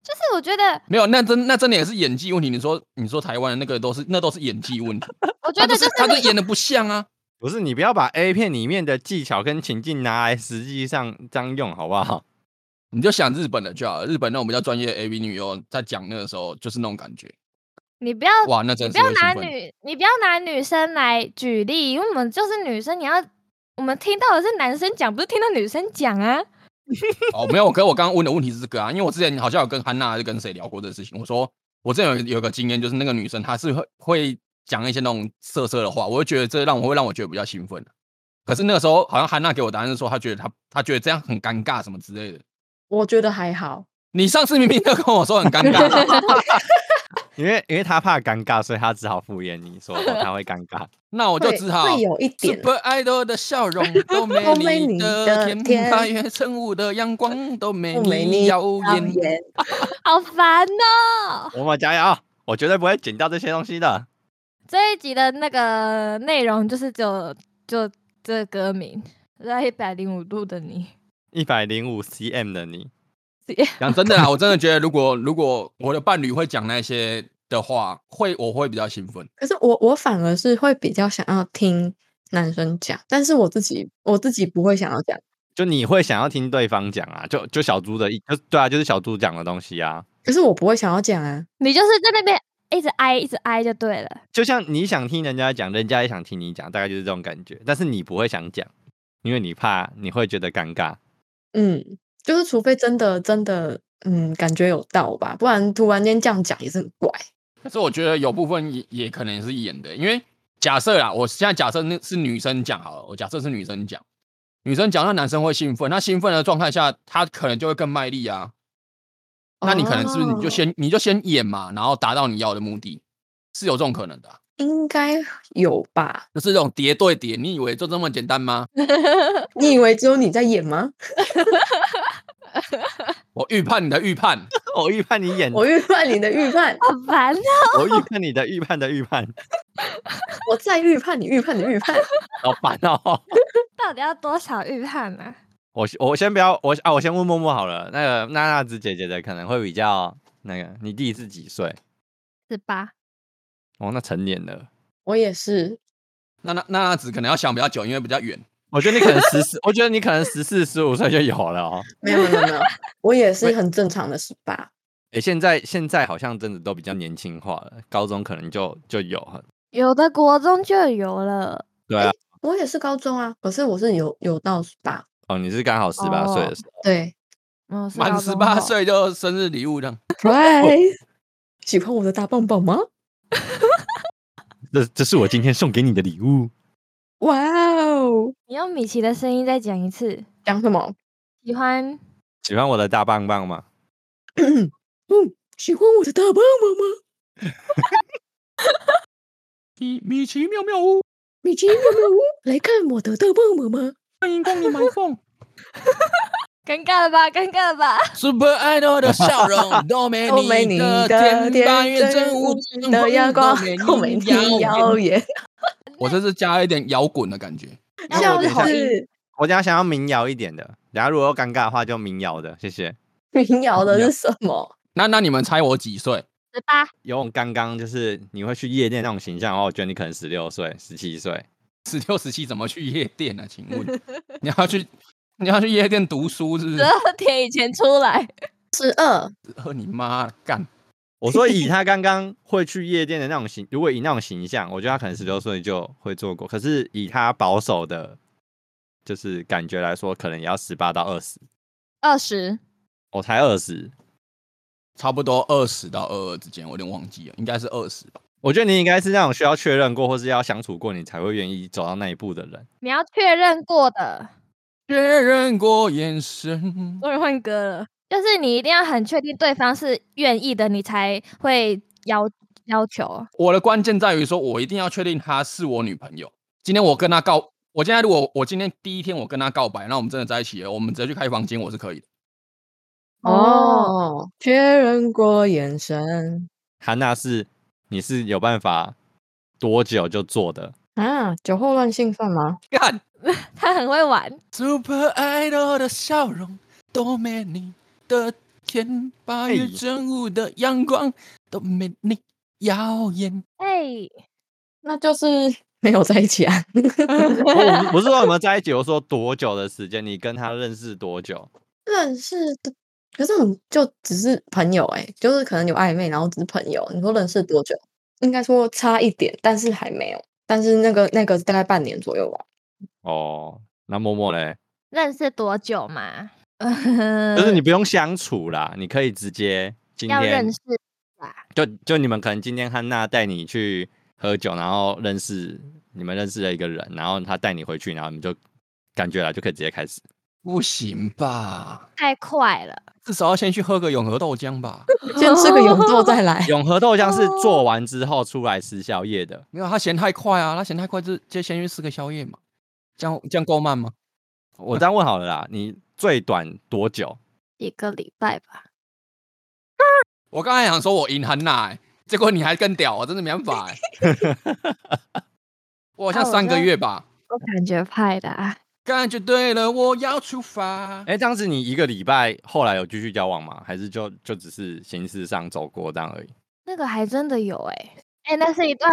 就是我觉得，
没有，那真那真的也是演技问题。你说你说台湾的那个都是那都是演技问题，
我觉
他
得
就
就是
他就
你
演的不像啊。
不是你不要把 A 片里面的技巧跟情境拿来实际上这样用，好不好？ (laughs)
你就想日本的就好了，日本那种比较专业的 AV 女优在讲那个时候，就是那种感觉，
你不要
哇，那
你
真
哦不
的是
要
会兴
拿
奋。
女，你不要拿女生来举例，因为我们就是女生，你要我们听到的是男生讲，不是听到女生讲啊。
哦，没有，可是我刚刚问的问题是这个啊，因为我之前好像有跟汉娜还是跟谁聊过这个事情，我说我之前有有个经验，就是那个女生她是会会讲一些那种色色的话，我会觉得这让我会让我觉得比较兴奋。啊可是那个时候好像汉娜给我答案是说，她觉得她她觉得这样很尴尬什么之类的。
我觉得还好，
你上次明明就跟我说很尴尬，
(laughs)
因为因为他怕尴尬，所以他只好敷衍你说、哦他会尴
(laughs)
尬。
那我就
会
只好
会有一点啊
Super Idol 的笑容都没
都没
你
你
的
的
甜，
甜
八月正午的阳光都没
不美
你
丽
耀
(laughs) 谣
眼。
言
好烦哦！
我们加油！我绝对不会剪掉这些东西的。
这一集的那个内容就是只有就这歌名，在一百零五度的你，
一百零五 cm 的你，
讲真的啦，我真的觉得如果如果我的伴侣会讲那些的话，会我会比较兴奋。
可是我我反而是会比较想要听男生讲，但是我自己我自己不会想要讲。
就你会想要听对方讲啊，就就小猪的意，就对啊，就是小猪讲的东西啊。
可是我不会想要讲啊，
你就是在那边一直挨一直挨就对了。
就像你想听人家讲，人家也想听你讲，大概就是这种感觉。但是你不会想讲，因为你怕你会觉得尴尬。 (laughs)
嗯，就是除非真的真的，嗯，感觉有到吧，不然突然间这样讲也是很怪。
可是我觉得有部分也也可能是演的，因为假设啦，我现在假设那是女生讲好了，我假设是女生讲，女生讲那男生会兴奋，那兴奋的状态下，他可能就会更卖力啊。那你可能是不是你就
哦
先、你就先演嘛，然后达到你要的目的，是有这种可能的啊、
应该有吧？
就是这种叠对叠，你以为就这么简单吗？
你以为只有你在演吗？
我预判你的预判，
我预判你演，
我预判你的预判，
好烦啊！
我预判你的预判的预判，
我在预判你预判的预判。
好烦哦。
到底要多少预判啊？
我先我先不要，我啊，我先问默默好了。那个娜娜子姐姐的可能会比较那个，你弟是几岁？
十八，
哦，那成年了。我
我也是，
那那那那只可能要想比较久，因为比较远。
我觉得你可能十四， (laughs) 我觉得你可能十四十五岁就有了哦。
没有没有没有，我也是很正常的十八。
诶，现在现在好像真的都比较年轻化了，高中可能就就有了。
有的国中就有了。
对啊，
我也是高中啊，可是我是有有到十八，
哦，你是刚好十八岁
哦
的时候，
对，
哦，是
满
高
十
中
八
后，
岁就生日礼物这样，
喂，哦喜欢我的大棒棒吗？
这这是我今天送给你的礼物。
哇哦，
你用米奇的声音再讲一次。
讲什么？
喜欢
喜欢我的大棒棒吗？
嗯，喜欢我的大棒棒吗？
米米奇妙妙屋，
米奇妙妙屋来看我的大棒棒吗？
欢迎光临买
(laughs)
凤
尴尬了吧？ (laughs) 尴尬了吧？
，Super Idol 的笑
(laughs)
容，都没
都没你
的
的
甜，八
天
月
真
真
无
无
情的阳光，
都
透
没
明
你
的
耀
耀
眼。
眼，
我这是加一点摇滚的感觉，
那我等一下
像是
我等一下想要民谣一点的，等一下如果又尴尬的话就民谣的，谢谢。
民谣的是什么？
那那你们猜我几岁？
十八，
有我刚刚就是你会去夜店那种形象哦的话，我觉得你可能十六岁、十七岁。
十六、十七怎么去夜店呢、啊？请
(laughs)
问你要去你要去夜店读书是不
十
是？
二点以前出来。
十二，
呃，你妈干！
我说以他刚刚会去夜店的那种形， (laughs) 如果以那种形象，我觉得他可能十六岁就会做过。可是以他保守的，就是感觉来说，可能也要十八到二十。
二十，
我才二十，
差不多二十到二二之间，我有点忘记了，应该是二十吧。
我觉得你应该是那种需要确认过或是要相处过，你才会愿意走到那一步的人。
你要确认过的。
确认过眼神，
终于换歌了，就是你一定要很确定对方是愿意的，你才会要要求。
我的关键在于说，我一定要确定她是我女朋友。今天我跟她告，我现在如果我今天第一天我跟她告白，那我们真的在一起了，我们直接去开房间，我是可以的。
哦
哦，确认过眼神
他那是你是有办法多久就做的， (laughs)
啊，酒后乱性犯吗？
干
他很会玩，
，Super Idol 的笑容都没你的甜，八月
哎
正午的阳光都没你耀眼。
哎、
那就是 (laughs) 没有在一起啊。 (laughs)
我我不是说我们在一起，我说多久的时间，你跟他认识多久？
认识的，可是我们就只是朋友哎、就是可能有暧昧，然后只是朋友。你说认识多久？应该说差一点，但是还没有。但是那个那个大概半年左右吧。
哦，那默默嘞，
认识多久嘛？
就是
就 (laughs)
你不用相处啦，你可以直接今
呃要认
天
识
就就你们可能今天汉娜带你去喝酒，然后认识你们认识了一个人，然后他带你回去，然后你们就感觉了就可以直接开始。。
不行吧？
太快了，
至少要先去喝个永和豆浆吧。
先吃个
(laughs)
永豆再来 (laughs)
永和豆浆是做完之后出来吃宵夜的，
没有，他嫌太快啊，他嫌太快就就先去吃个宵夜嘛。这样这样够慢吗？
我这样问好了啦，你最短多久？
一个礼拜吧。
我刚才想说我赢汉娜、欸，结果你还更屌，我真的没办
(laughs)
法、欸。我好像
啊我
三个
就
月吧，
我感觉派的啊，
感觉对了，我要出发。
(laughs) 哎、这样子你一个礼拜后来有继续交往吗？还是就就只是形式上走过这样而已？
那个还真的有哎、哎、那是一段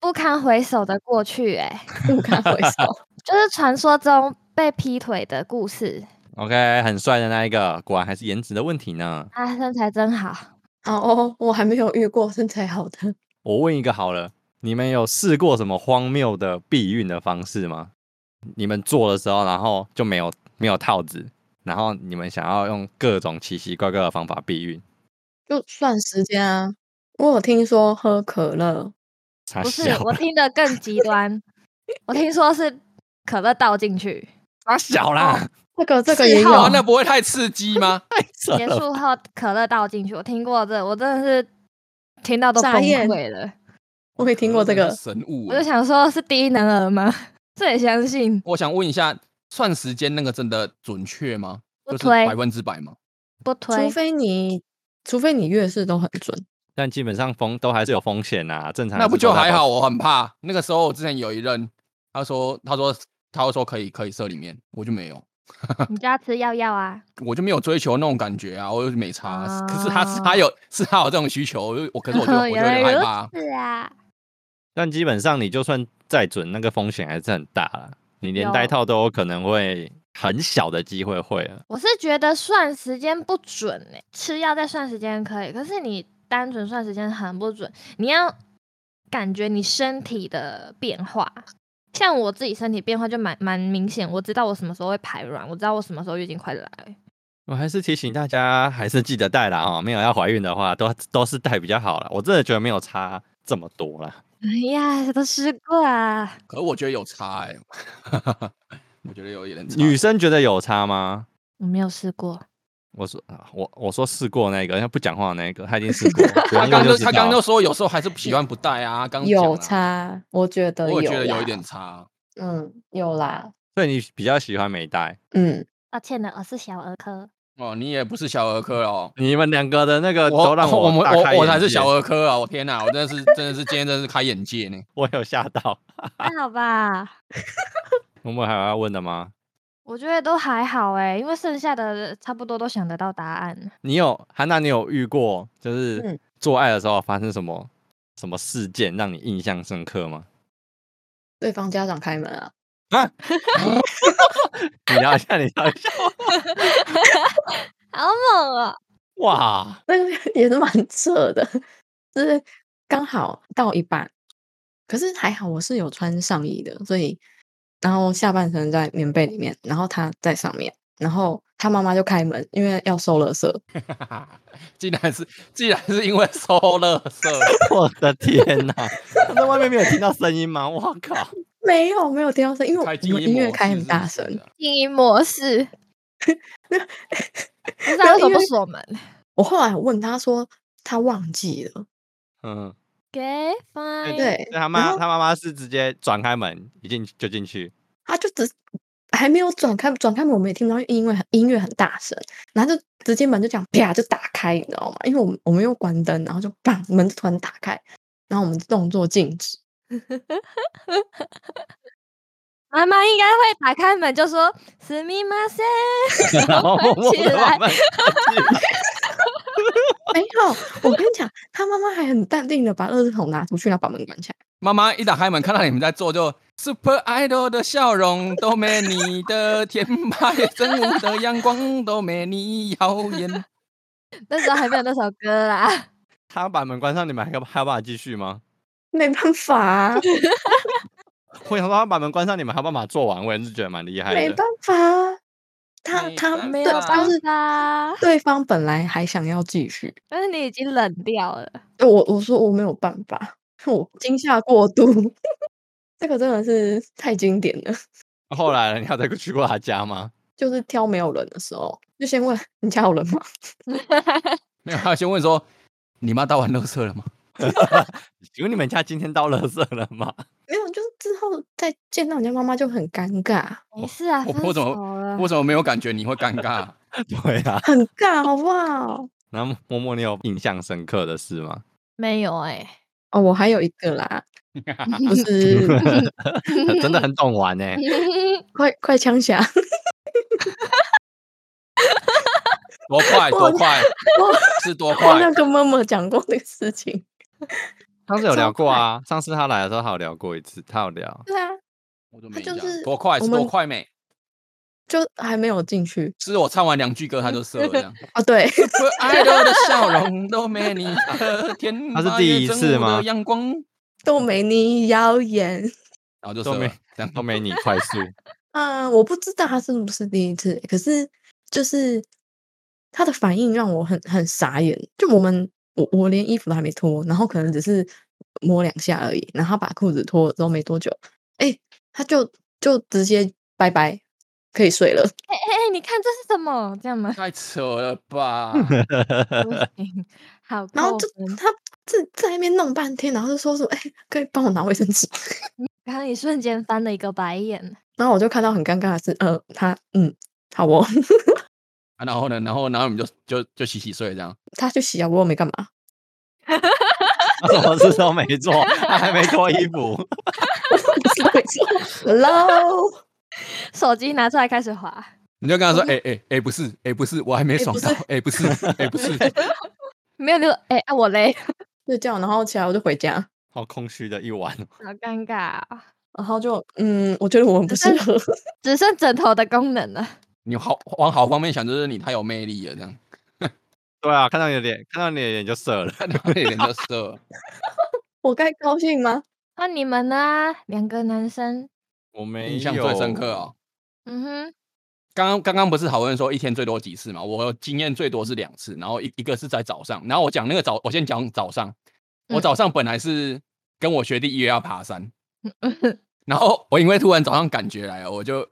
不堪回首的过去哎、
不堪回首。
就是传说中被劈腿的故事
OK，很帅的那一个，果然还是颜值的问题呢。
啊，身材真好。
(laughs) 哦，我还没有遇过身材好的，
我问一个好了，你们有试过什么荒谬的避孕的方式吗？你们做的时候，然后就没有没有套子，然后你们想要用各种奇奇怪怪的方法避孕，
就算时间啊。我有听说喝可乐，
啊
傻
不是
小，
我听得更极
(laughs)
端，我听说是可乐倒进去，
傻小啦，
这个这个
嗜
也有
好
哇，
啊，
啊
那不会太刺激吗？
太扯
结
了吧。
束后可乐倒进去，我听过这，我真的是听到都崩
傻眼
溃了。
我也 (laughs) 听过这
真的
个
是。神物
我
欸、
就想说，是第一男儿吗？ (laughs) 这也相信
我想问一下，算时间那个真的准确吗？
不
就是
推
百分之百吗？
不
除
推，
非你，除非你月事都很准，
但基本上风都还是有风险啊，正常
那
还
不
是都
就
在
还
保
好？我很怕。那个时候我之前有一任，他说他说他会说可以可以射里面，我就没有，
你就要吃药药啊。
我就没有追求那种感觉啊，我就没差啊。可是他是
啊
他有是他有这种需求，我就我可是我就
(laughs)
我就有
原
点害怕
来
啊
如。此啊！
但基本上你就算再准，那个风险还是很大啦。你连带
有
套都有可能会很小的机会会了。
我是觉得算时间不准欸吃药再算时间可以，可是你单纯算时间很不准，你要感觉你身体的变化。像我自己身体变化就蛮蛮明显，我知道我什么时候会排卵，我知道我什么时候月经快来。
我还是提醒大家，还是记得带啦哦。没有要怀孕的话，都都是带比较好啦。我真的觉得没有差这么多啦。
哎呀，都试过啊，
可是我觉得有差哎、我觉得有一点差。
女生觉得有差吗？
我没有试过。
我说啊我我说试过那个，要不讲话的那个，他已经试
(laughs)
过了。不
他
用
刚
问
就
就
他刚就
就
说有时候还是不喜欢不戴啊，刚讲
有
啊，
差，我觉得
我也觉
有
得有一
啦
点，差。
嗯，有啦，
所以你比较喜欢没带。
嗯，
抱歉了，我是小儿科。
哦，你也不是小儿科哦。
你们两个的那个
我
都让
我们
大
我
开
我
眼
才是
界
小，儿科啊！我天哪，我真的是真的是今天真的是开眼界呢。 (laughs)
我有吓到。
还好吧，
我们还有要问的吗？
我觉得都还好哎、因为剩下的差不多都想得到答案。
你有韩娜，你有遇过就是
嗯
做爱的时候发生什么、什么事件让你印象深刻吗？
对方家长开门啊，
你聊 (laughs) 一下，你聊一下。
好猛哦、
哇，
那个 (laughs) 也是蛮扯的，就是刚好到一半，可是还好我是有穿上衣的，所以然后下半身在棉被里面，然后他在上面，然后他妈妈就开门，因为要收垃圾，
竟然是竟然是因为收垃圾，
我的天哪！他在外面没有听到声音吗？我靠！
没有没有听到声音，因为我
开静
们
音
音乐
模
开
式
很
是
大
不是
声，
啊
静音模
(laughs)
式。不是啊
然后
为什么
因
不
为
锁门
我后来问他说他忘记了，
嗯，
？OK fine。
哎对
所以他
然
妈
后
他妈妈是直接转开门，一进就进去。
他就只还没有转开，转开门我们也听不到，因为很音乐很大声，然后就直接门就这样啪就打开，你知道吗？因为我们我们又关灯，然后就砰门就突然打开，然后我们动作静止，
妈妈应该会打开门就说“すみません”， (laughs) 然后
默默
关起
地把
来。
门关起来
没有，我跟你讲，他妈妈还很淡定的把垃圾桶拿出去，然后把门关起来。
妈妈一打开门看到你们在做，就 Super Idol 的笑容都没你的甜，八月正午的阳光都没你耀眼。
(laughs)
那时候还没有那首歌啦，
他把门关上，你们还有还有办法继续吗？
没办法啊，
我想说，他把门关上，你们还有办法做完，我也是觉得蛮厉害
没
的
办。法啊，他
没
他
办
没
对，啊
有
法
就
办
是
法。
对方本来还想要继续，
但是你已经冷掉了，
对我我说我没有办法，我惊吓过度， (laughs) 这个真的是太经典了。
后来你有再去过他家吗？
就是挑没有人的时候，就先问你家有人吗？
没有，他先问说你妈倒完垃圾了吗？
请问你们家今天到垃圾了吗？ (laughs)
没有，就是之后再见到人家妈妈就很尴尬，
没事啊，
我
分
我怎么
手了
为。什么没有感觉你会尴尬、
对啊，
很尬，好不好？
(laughs)
然后默默，你有印象深刻的事吗？
没有哎、 (laughs)
哦，我还有一个 (laughs) 啦，就是 (laughs)
嗯
(laughs) 真的很懂玩呢、欸
哎
快快枪 (laughs) 侠，
多快多快
我
是多
我那
快？
跟妈妈讲过这个事情。
上次有聊
超
过
快
啊，上次他来的时候他有聊过一次，他有聊。
对啊，
我都没
他就
印象
是
多快是
我们
多快没？
就还没有进去
是我唱完两句歌他就射了这样。
啊。对， (laughs)
可爱的笑容都没你的甜。
他是
八
第
月
一
正
次
午的
吗
阳光，
都没你耀眼。
然后就
都
射
没
了这
(laughs)
样？
都没你
(laughs)
快速，
嗯，我不知道他是不是第一次，可是就是他的反应让我很很傻眼。就我们，我我连衣服都还没脱，然后可能只是摸两下而已，然后把裤子脱了之后没多久，哎、他就就直接拜拜，可以睡了。
哎哎哎，你看这是什么？这样吗
太扯了吧！
不行，好
然后
扣
就
分
他自在那边弄半天，然后就说说，哎、可以帮我拿卫生纸。 (laughs)
刚刚你瞬间翻了一个白眼，
然后我就看到很尴尬的是，呃，他嗯，好哦， (laughs)
啊然后呢，然后然后你们就就就洗洗睡这样。
他去洗啊，我又没干嘛， (laughs)
他什么事都没做，他还没脱衣服。 (laughs)
不是没错，hello。
手机拿出来开始滑。
你就跟他说：“哎哎哎，不是，哎、不是，我还没
哎
爽
不
到，哎、不是，哎、不是。 (laughs)
没有就哎、啊我嘞，
睡觉，然后起来我就回家，
好空虚的一晚，哦
好尴尬啊、
然后就嗯，我觉得我们不适
但
合， (laughs)
只剩枕头的功能了。
你好，往好方面想，就是你太有魅力了，这样
对啊，看到你的脸，看到你的脸就射了。
看到你人就射 (laughs) 了。
我该高兴吗？
那你们呢？两个男生，
我没
印象最深刻哦。
嗯哼，
刚刚刚刚不是讨论说一天最多几次嘛？我经验最多是两次，然后一一个是在早上，然后我讲那个早，我先讲早上。我
嗯
早上本来是跟我学弟约要爬山，
嗯
然后我因为突然早上感觉来了，我就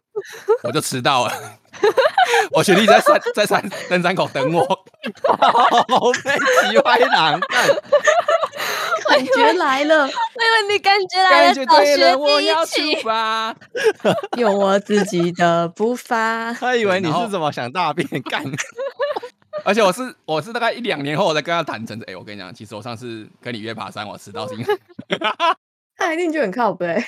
我就迟到了。 (laughs) 我学弟在山在山登山口等
(laughs)
我，
(laughs) 好被急歪狼干，
(laughs) 感觉来了，
因为你感觉来
感
了，
觉
找
对
学
了，我
弟
要
一
出
起，
发。
有我自己的步伐。
他以为你
然后
是怎么想大便 (laughs) 干。
而且我是我是大概一两年后我才跟他坦诚，哎、我跟你讲，其实我上次跟你约爬山，我迟到是因为
(laughs)
(laughs)
他一定就很靠背，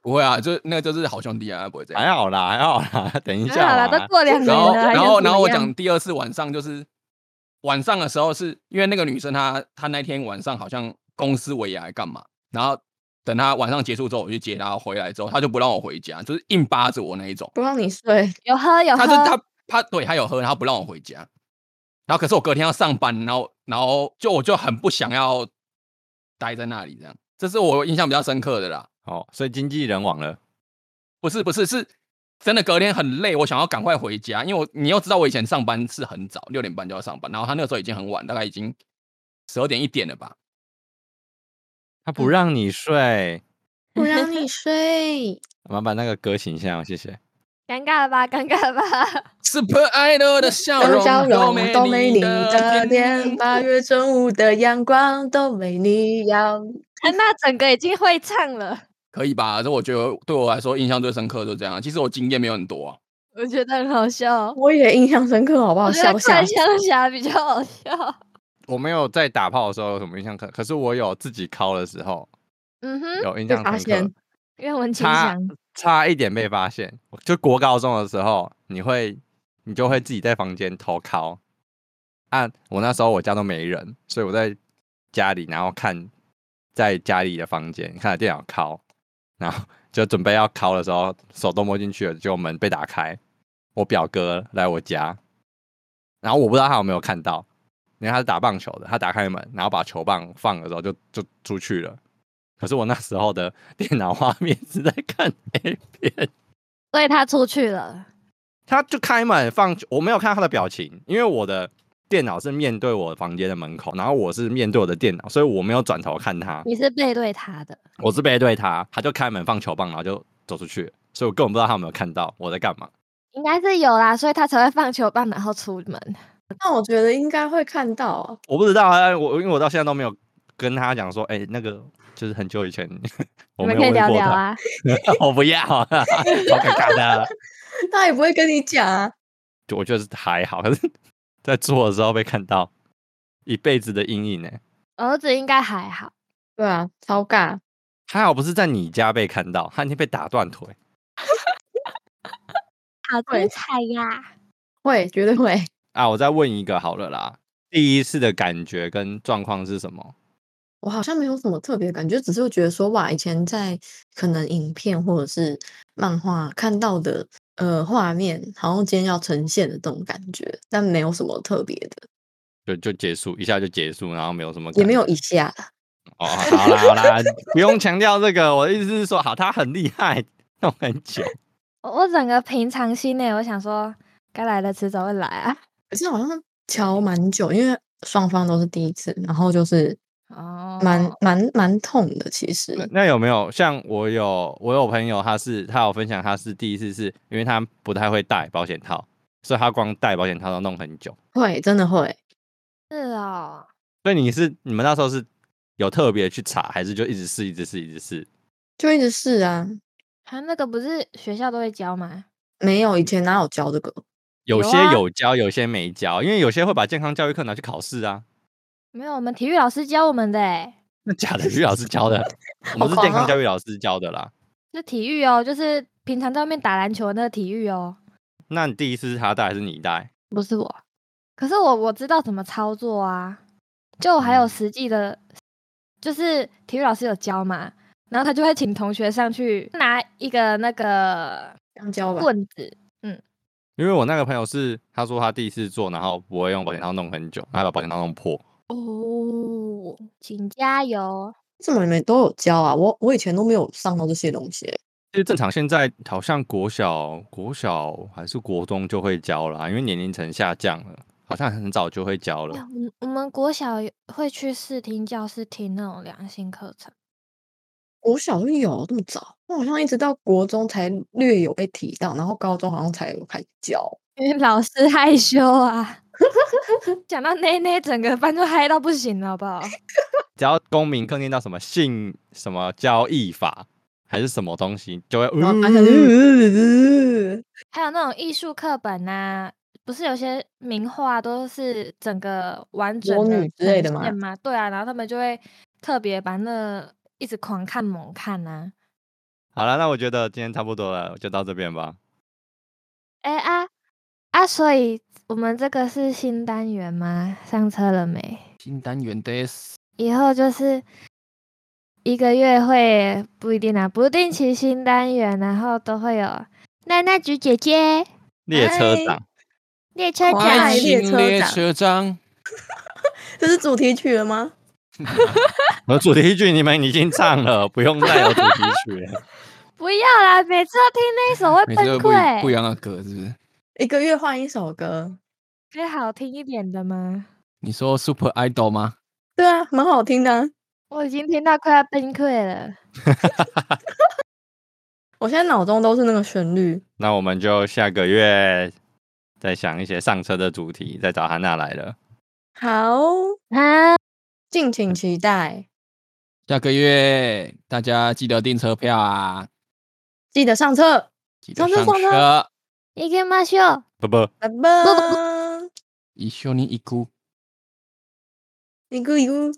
不会啊，就是那个就是好兄弟啊，不会这样。
还好啦，还好啦， (laughs) 等一
还好
下
啦，
啦
都。过两年
然后
了，还
然
想
后
怎
然
么
后我
样
讲第二次晚上就是晚上的时候是，因为那个女生她她那天晚上好像公司尾牙还干嘛，然后等她晚上结束之后我去接她回来之后，她就不让我回家，就是硬扒着我那一种。
不让你睡，
有喝有
他
喝，
就他他对他有喝，然后不让我回家。然后可是我隔天要上班，然后然后就我就很不想要待在那里这样，这是我印象比较深刻的啦。
哦，所以经纪人网了，
不是不是是真的隔天很累，我想要赶快回家，因为我你又知道我以前上班是很早，六点半就要上班，然后他那个时候已经很晚，大概已经十二点一点了吧。
他
嗯
不让你睡，
(laughs) 不让你睡。
麻烦那个歌请一下，谢谢。
尴尬了吧？尴尬了吧？ (laughs)
Super Idol 的笑容
笑容都没你的
的
脸，八月正午的阳光都没你耀。
哎那整个已经会唱了，
可以吧？这我觉得对我来说印象最深刻就这样。其实我经验没有很多啊，
我觉得很好笑。哦
我也印象深刻，好不好？
我觉
笑
得
不笑
快？枪侠比较好笑。
我没有在打炮的时候有什么印象刻，可是我有自己敲的时候
嗯哼，
有印
被
象
发
深刻
现，
愿闻其
差
详。
差一点被发现。就国高中的时候，你会你就会自己在房间偷敲。啊，我那时候我家都没人，所以我在家里，然后看在家里的房间看着电脑敲，然后就准备要敲的时候，手都摸进去了，结果门被打开，我表哥来我家，然后我不知道他有没有看到，因为他是打棒球的，他打开门，然后把球棒放了之后就就出去了。可是我那时候的电脑画面是在看 A 片，
所以他出去了，
他就开门放，我没有看到他的表情，因为我的电脑是面对我房间的门口，然后我是面对我的电脑，所以我没有转头看他，
你是背对他的。
我是背对他，他就开门放球棒，然后就走出去，所以我根本不知道他有没有看到我在干嘛。
应该是有啦，所以他才会放球棒然后出门。
那我觉得应该会看到啊， (laughs)
我不知道啊，我因为我到现在都没有跟他讲说，哎、那个就是很久以前， (laughs) 我
你
没
们可以
有问
聊
过
聊
他，
啊，
(laughs) 我不要，啊好尴尬的。
他也不会跟你讲啊。
就我觉得是还好，可是在做的时候被看到，一辈子的阴影呢、欸
儿子应该还好，
对啊，超尬。
还好不是在你家被看到，他已经被打断腿。
好
对
精彩呀！
会，绝对会。
啊，我再问一个好了啦，第一次的感觉跟状况是什么？
我好像没有什么特别的感觉，只是会觉得说，哇，以前在可能影片或者是漫画看到的呃画面，好像今天要呈现的这种感觉，但没有什么特别的，
就就结束，一下就结束，然后没有什么，
也没有一下啦。
哦，好啦好啦，不用强调这个，我的意思是说，好，他很厉害，弄很
(laughs)
久，
我我整个平常心呢，我想说该来的迟早会来啊。
可是好像瞧蛮久，因为双方都是第一次，然后就是
哦，
蛮蛮蛮痛的，其实
那那有没有像我有我有朋友，他是他有分享，他是第一次是因为他不太会戴保险套，所以他光戴保险套都弄很久。
会真的会。
是哦，
所以你是你们那时候是有特别去查，还是就一直试一直试一直试？
就一直试啊，
他那个不是学校都会教吗？
没有以前哪有教这个？
有
有
些
啊
有教，有些没教，因为有些会把健康教育课拿去考试啊。
没有，我们体育老师教我们的欸，
那假的，于老师教
(laughs)
的，我们
好
是
狂
健康
哦
教育老师教的啦。
是体育哦，就是平常在外面打篮球的那个体育哦，
那你第一次是他戴还是你戴？
不是我。可是我我知道怎么操作啊，就我还有
嗯
实际的，就是体育老师有教嘛，然后他就会请同学上去拿一个那个
刚教吧，
棍子，
因为我那个朋友是他说他第一次做，然后不会用保险套弄很久，然后把保险套弄破。
哦，请加油！
怎么你们都有教啊？我我以前都没有上到这些东西欸、
其实正常现在好像国小、国小还是国中就会教啦，因为年龄层下降了，好像很早就会教了。
嗯，我们国小有会去试听教室听那种良心课程， (laughs)
国小就有这么早，我好像一直到国中才略有被提到，然后高中好像才有开始教。
因为老师害羞啊。 (laughs) 讲到内内，整个班就嗨到不行了，好不好？
只要公民课念到什么性什么交易法还是什么东西，就会
然后啊
嗯
发现，嗯
还有那种艺术课本呐、不是有些名画都是整个完整
裸
的
女之类
呈
的吗
现吗？对啊，然后他们就会特别把那一直狂看猛看啊呐、
好了，那我觉得今天差不多了，就到这边吧。
哎啊啊！所以我们这个是新单元吗？上车了没？
新单元的
以后就是一个月会不一定啊，不定期新单元，然后都会有奈奈菊姐姐、
列车
哎
长，
列车
快
长
快
爱乐列
行
车
列
长
车长，
这是主题曲了吗？
我的主题曲你们已经唱了，不用再有主题曲了。
不要啦，每次都听那一首会
每次
崩
都不一
溃。
不一样的歌，是不是？
一个月换一首歌，
可以好听一点的吗？
你说 Super Idol 吗？
对啊，蛮好听的啊、
我已经听到快要崩溃了。
我现在脑中都是那个旋律。
那我们就下个月再想一些上车的主题，再找汉娜来了。
好，
啊，
敬请期待，
下个月大家记得订车票啊，
记得上车，
记得
上车
上
上车
车。
行きましょう。
不不，
拜拜。
一緒に行く。
一个一个。